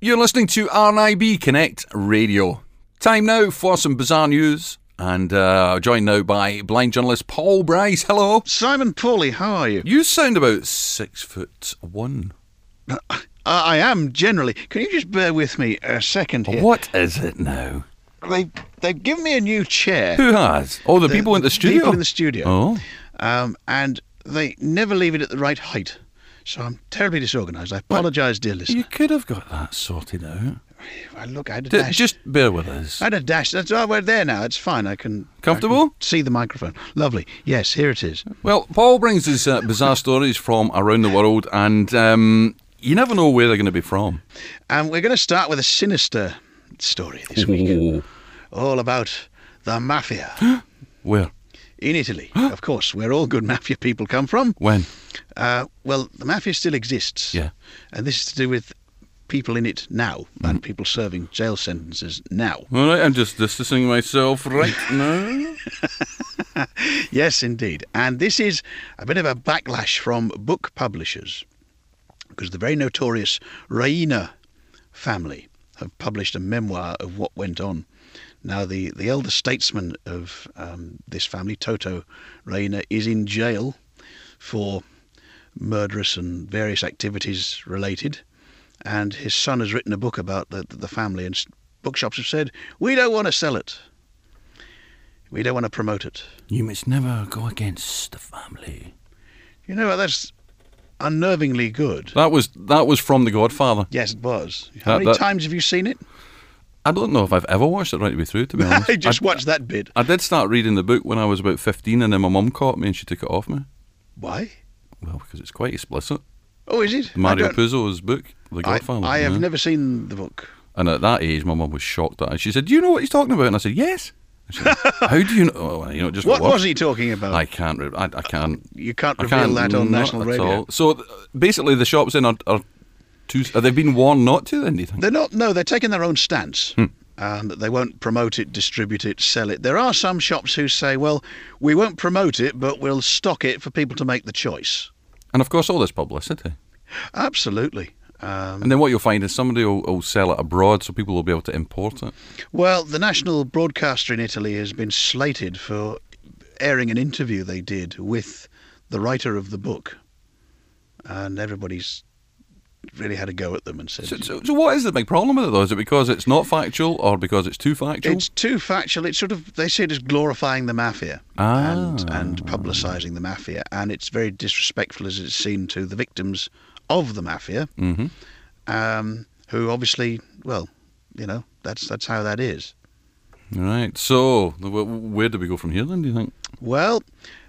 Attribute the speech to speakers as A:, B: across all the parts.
A: You're listening to RNIB Connect Radio. Time now for some bizarre news. And uh, joined now by blind journalist Paul Bryce. Hello.
B: Simon Pauly, how are you?
A: You sound about six foot one.
B: I, Uh, I am generally. Can you just bear with me a second here?
A: What is it now?
B: They they've given me a new chair.
A: Who has? Oh, the, people in the studio.
B: People in the studio.
A: Oh,
B: Um, and they never leave it at the right height. So I'm terribly disorganised. I apologise, dear listener.
A: you could have got that sorted out.
B: Well, look, I had a
A: D-
B: dash.
A: just bear with us.
B: I had a dash. That's oh, we're there now. It's fine. I can I can
A: Comfortable?
B: see the microphone. Lovely. Yes, here it is.
A: Well, Paul brings us uh, bizarre stories from around the world, and um, you never know where they're going to be from.
B: And we're going to start with a sinister story this week, all about the mafia
A: Where?
B: in Italy. of course, where all good mafia people come from.
A: When?
B: Uh, well, the mafia still exists.
A: Yeah.
B: And this is to do with people in it now and people serving jail sentences now.
A: All right, I'm just distancing myself right now.
B: yes, indeed. And this is a bit of a backlash from book publishers because the very notorious Reina family have published a memoir of what went on. Now, the, the elder statesman of um, this family, Toto Reina, is in jail for murderous and various activities related. And his son has written a book about the, the family, and s- bookshops have said, We don't want to sell it. We don't want to promote it.
A: You must never go against the family.
B: You know what? That's unnervingly good.
A: That was that was from The Godfather.
B: Yes, it was. How
A: That-
B: many
A: Uh, that-
B: times have you seen it?
A: I don't know if I've ever watched it right way through. To be honest,
B: I just watched that bit.
A: I did start reading the book when I was about 15, and then my mum caught me and she took it off me.
B: Why?
A: Well, because it's quite explicit.
B: Oh, is it? I
A: Mario
B: don't-
A: Puzo's book, The
B: I,
A: Godfather.
B: I have
A: yeah.
B: never seen the book.
A: And at that age, my mum was shocked at it. She said, "Do you know what he's talking about?" And I said, "Yes." And she said, How do you know? Oh, you know, just
B: What
A: watch.
B: was he talking about?
A: I can't. Re- I, I can't.
B: you can't
A: I
B: reveal
A: can't.
B: that on
A: not
B: national
A: at
B: radio.
A: all. So th- basically, the shops in are, are too. Are they been warned not to? Then do you think?
B: They're not. No, they're taking their own stance.
A: Hmm.
B: Um, that they won't promote it, distribute it, sell it. There are some shops who say, "Well, we won't promote it, but we'll stock it for people to make the choice."
A: And of course, all this publicity.
B: Absolutely. Um,
A: And then what you'll find is somebody will, will sell it abroad, so people will be able to import it.
B: Well, the national broadcaster in Italy has been slated for airing an interview they did with the writer of the book, and everybody's really had a go at them and said
A: So, so, so what is the big problem with it though? Is it because it's not factual, or because it's too factual?
B: it's too factual. It's sort of they see it as glorifying the mafia and
A: Ah.
B: and publicising the mafia, and it's very disrespectful as it's seen to the victims of the mafia,
A: mm-hmm.
B: um, who obviously, well, you know, that's that's how that is.
A: Right. So, th- wh- where do we go from here then? Do you think?
B: Well,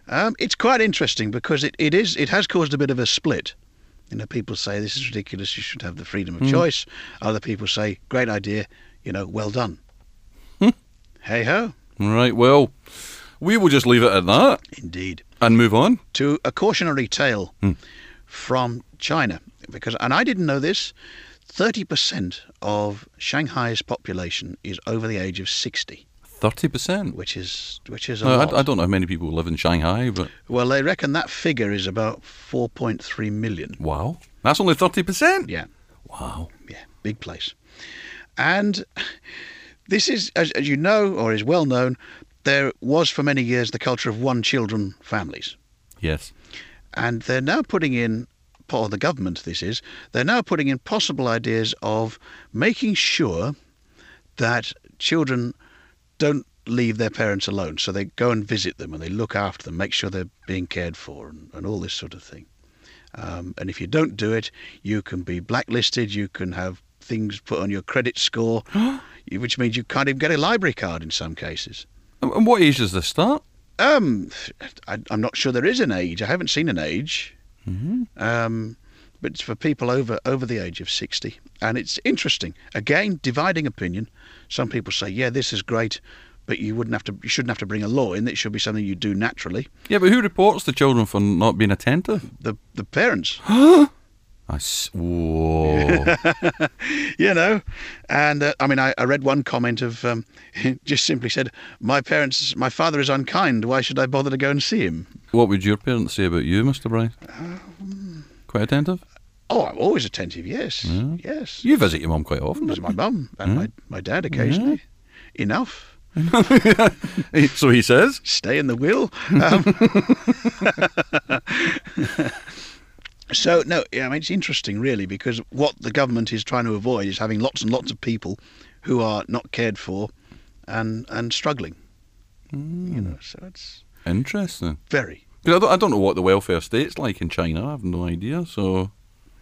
B: um, it's quite interesting because it, it is it has caused a bit of a split. You know, people say this is ridiculous. You should have the freedom
A: Hmm.
B: of choice. Other people say, great idea. You know, well done.
A: Hmm.
B: hey ho,
A: Right. Well, we will just leave it at that
B: indeed.
A: and move on.
B: To a cautionary tale
A: Hmm.
B: from China, because and I didn't know this. Thirty percent of Shanghai's population is over the age of sixty,
A: Thirty percent.
B: which is which is a
A: I,
B: lot.
A: I don't know how many people live in Shanghai, but
B: well, they reckon that figure is about four point three million.
A: wow, that's only thirty percent.
B: Yeah.
A: Wow.
B: yeah, big place. And this is, as, as you know, or is well known, there was for many years the culture of one children families.
A: Yes.
B: And they're now putting in, or the government this is, they're now putting in possible ideas of making sure that children don't leave their parents alone. So they go and visit them and they look after them, make sure they're being cared for and, and all this sort of thing. Um, and if you don't do it, you can be blacklisted, you can have things put on your credit score, which means you can't even get a library card in some cases.
A: And, and what age does this start?
B: Um, I, I'm not sure there is an age. I haven't seen an age. Um, but it's for people over over the age of 60, and it's interesting. Again, dividing opinion. Some people say, yeah, this is great, but you wouldn't have to. You shouldn't have to bring a law in. It should be something you do naturally.
A: Yeah, but who reports the children for not being attentive?
B: The the parents,
A: I s- whoa.
B: you know. And uh, I mean, I, I read one comment of um, just simply said, my parents, my father is unkind. Why should I bother to go and see him?
A: Um, what would your parents say about you, Mister Bryce? Quite attentive.
B: Oh, I'm always attentive. Yes, yes.
A: You visit your mum quite often.
B: There's my mum and my, my dad occasionally. Enough.
A: so he says.
B: Stay in the will. Um, so no, yeah, I mean it's interesting really because what the government is trying to avoid is having lots and lots of people who are not cared for and and struggling. You know, so it's
A: Interesting.
B: very
A: 'Cause I don't, I don't know what the welfare state's like in China. I have no idea. So,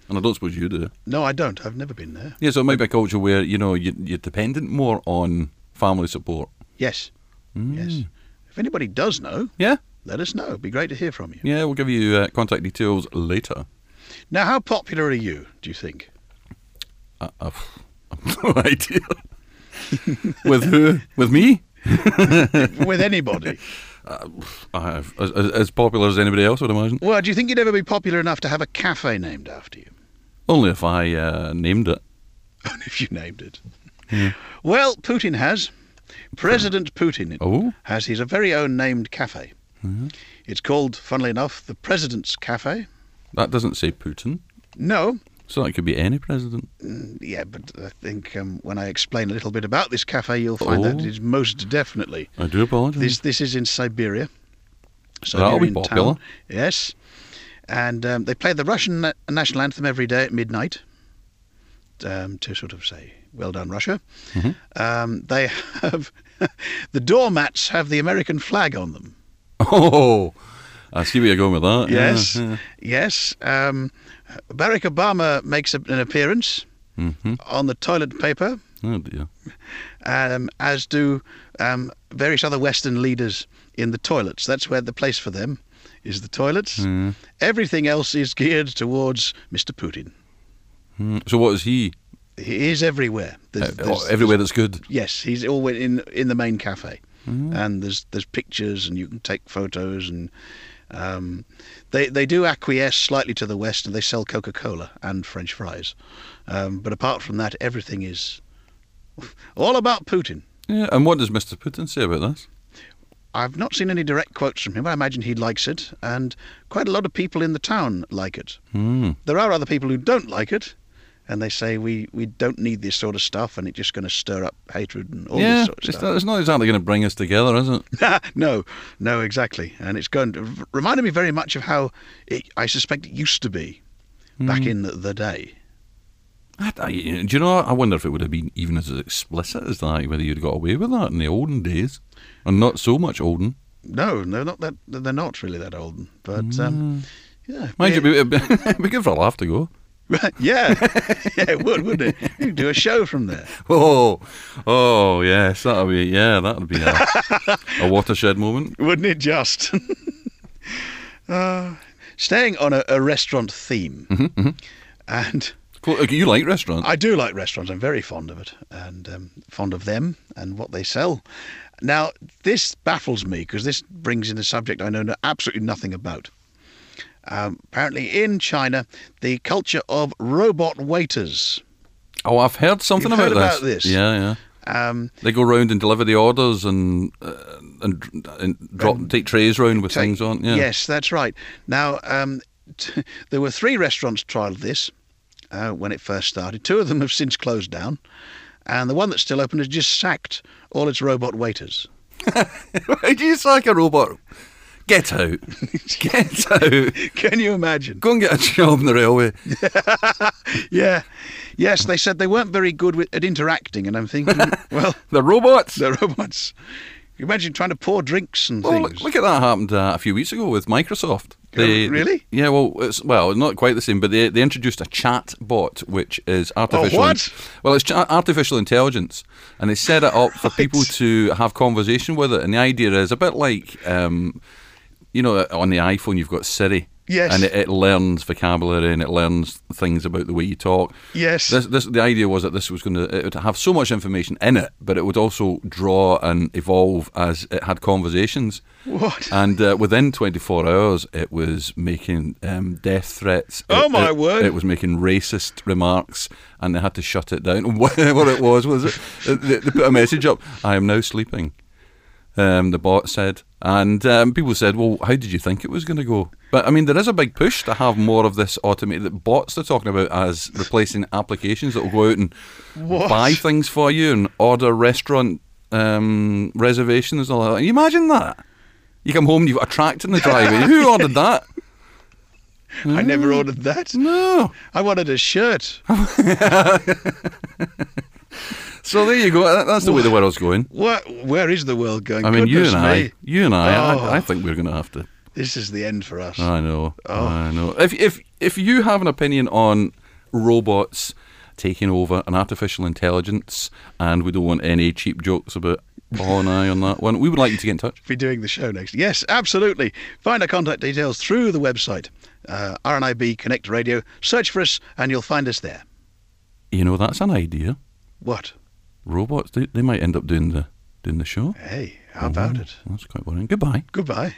A: and I don't suppose you do.
B: no, I don't. I've never been there.
A: Yeah, so it might be a culture where you know you, you're dependent more on family support. Mm.
B: Yes,
A: Hmm.
B: yes. If anybody does know,
A: Yeah,
B: let us know. It'd be great to hear from you.
A: yeah. We'll give you uh, contact details later.
B: Now, how popular are you? Do you think?
A: Uh, I, I've, I've no idea. With who? With me?
B: With anybody?
A: I have, as, as as popular as anybody else, I would imagine.
B: well, do you think you'd ever be popular enough to have a cafe named after you?
A: Only if I uh, named it.
B: Only if you named it. Well, Putin has. President Putin
A: Oh, Mm-hmm.
B: has his very own named cafe. It's called, funnily enough, the President's Cafe.
A: that doesn't say Putin.
B: No, mm,
A: So that could be any president.
B: yeah, but I think um, when I explain a little bit about this cafe, you'll find that
A: Oh.
B: it is most definitely
A: I do apologise.
B: This this is in Siberia. So
A: Hmm. That'll
B: here
A: be
B: in
A: popular.
B: Town, yes, and um, they play the Russian na- national anthem every day at midnight um, to sort of say "Well done, Russia."
A: Mm-hmm.
B: Um, they have the doormats have the American flag on them.
A: Oh, I see where you're going with that. yeah,
B: Yes,
A: yeah.
B: yes. Um, Barack Obama makes a, an appearance
A: Mhm.
B: on the toilet paper,
A: Oh dear.
B: um, as do um, various other Western leaders in the toilets. That's where the place for them is the toilets.
A: Mm.
B: Everything else is geared towards Mr. Putin.
A: Mm. So what is he?
B: He is everywhere. There's-
A: Uh,
B: there's-
A: everywhere that's good.
B: Yes, he's always in in the main cafe,
A: Hmm.
B: and there's there's pictures, and you can take photos, and um, they they do acquiesce slightly to the West, and they sell Coca Cola and French fries, um, but apart from that, everything is all about Putin.
A: Yeah. And what does Mr. Putin say about this?
B: I've not seen any direct quotes from him. I imagine he likes it, and quite a lot of people in the town like it.
A: Hmm.
B: There are other people who don't like it, and they say we, we don't need this sort of stuff, and it's just going to stir up hatred and all
A: yeah,
B: this sort of
A: it's
B: stuff.
A: not, it's not exactly going to bring us together, is it?
B: no, no, exactly. And it's going to reminded me very much of how it, I suspect it used to be back
A: Hmm.
B: in the, the day.
A: I, I- do you know? I wonder if it would have been even as explicit as that. Whether you'd got away with that in the olden days, and not so much olden.
B: No, no, not that they're not really that old, but um, yeah,
A: Hmm. Mind you, it'd be, it'd be good for a laugh to go.
B: yeah, yeah, it would, wouldn't it? You could do a show from there.
A: Oh, oh yes, that would be yeah, that would be a, a watershed moment.
B: wouldn't it just? uh, staying on a, a restaurant theme, and
A: Clo- You like restaurants?
B: I do like restaurants. I'm very fond of it, and um, fond of them and what they sell. Now, this baffles me because this brings in a subject I know no- absolutely nothing about. Um, apparently, in China, the culture of robot waiters.
A: Oh, I've heard something
B: You've
A: about,
B: heard about
A: this.
B: this?
A: Yeah, yeah.
B: Um,
A: They go round and deliver the orders and uh, and, dr- and drop take trays round with things on. Yeah.
B: Yes, that's right. Now, um, t- there were three restaurants trialled this uh, when it first started. Two of them have since closed down, and the one that's still open has just sacked all its robot waiters.
A: Why do you sack a robot? Get out! Get out!
B: Can you imagine?
A: Go and get a job in the railway.
B: Yeah. Yes, they said they weren't very good with, at interacting, and I'm thinking, well,
A: The robots.
B: they're robots. You imagine trying to pour drinks and
A: Well,
B: things.
A: look, look at that happened uh, a few weeks ago with Microsoft.
B: Oh, really?
A: yeah. Well, it's well, not quite the same, but they, they introduced a chat bot, which is artificial. in-
B: Oh, what?
A: well, it's cha- artificial intelligence, and they set it up for people to have conversation with it. And the idea is a bit like, um, you know, on the iPhone you've got Siri.
B: Yes.
A: And it, it learns vocabulary and it learns things about the way you talk.
B: Yes.
A: This, this, the idea was that this was going to it would have so much information in it, but it would also draw and evolve as it had conversations.
B: What?
A: And uh, within 24 hours, it was making um, death threats.
B: Oh,
A: It-
B: my
A: it-
B: word.
A: It was making racist remarks, and they had to shut it down. what it was was it, they, they put a message up: "I am now sleeping." um, the bot said. And um, people said, well, how did you think it was going to go? But I mean, there is a big push to have more of this automated bots they're talking about as replacing applications that will go out and
B: What?
A: buy things for you and order restaurant um, reservations and all that. Can you imagine that? You come home, you've got a tract in the driveway. Who ordered that?
B: I never
A: Hmm.
B: ordered that.
A: No.
B: I wanted a shirt.
A: So there you go. That- That's the way the world's going.
B: What? Where is the world going?
A: I mean, you
B: Goodness
A: and I,
B: me.
A: you and I,
B: Oh.
A: I, I think we're going to have to.
B: This is the end for us.
A: I know. I know. If if if you have an opinion on robots taking over and artificial intelligence, and we don't want any cheap jokes about Paul and I on that one, we would like you to get in touch.
B: be doing the show next. Yes, absolutely. Find our contact details through the website, uh, RNIB Connect Radio. Search for us and you'll find us there.
A: You know, that's an idea.
B: What?
A: Robots, they, they might end up doing the doing the show.
B: Hey, how about it?
A: Mm-hmm. That's quite worrying. Goodbye.
B: Goodbye.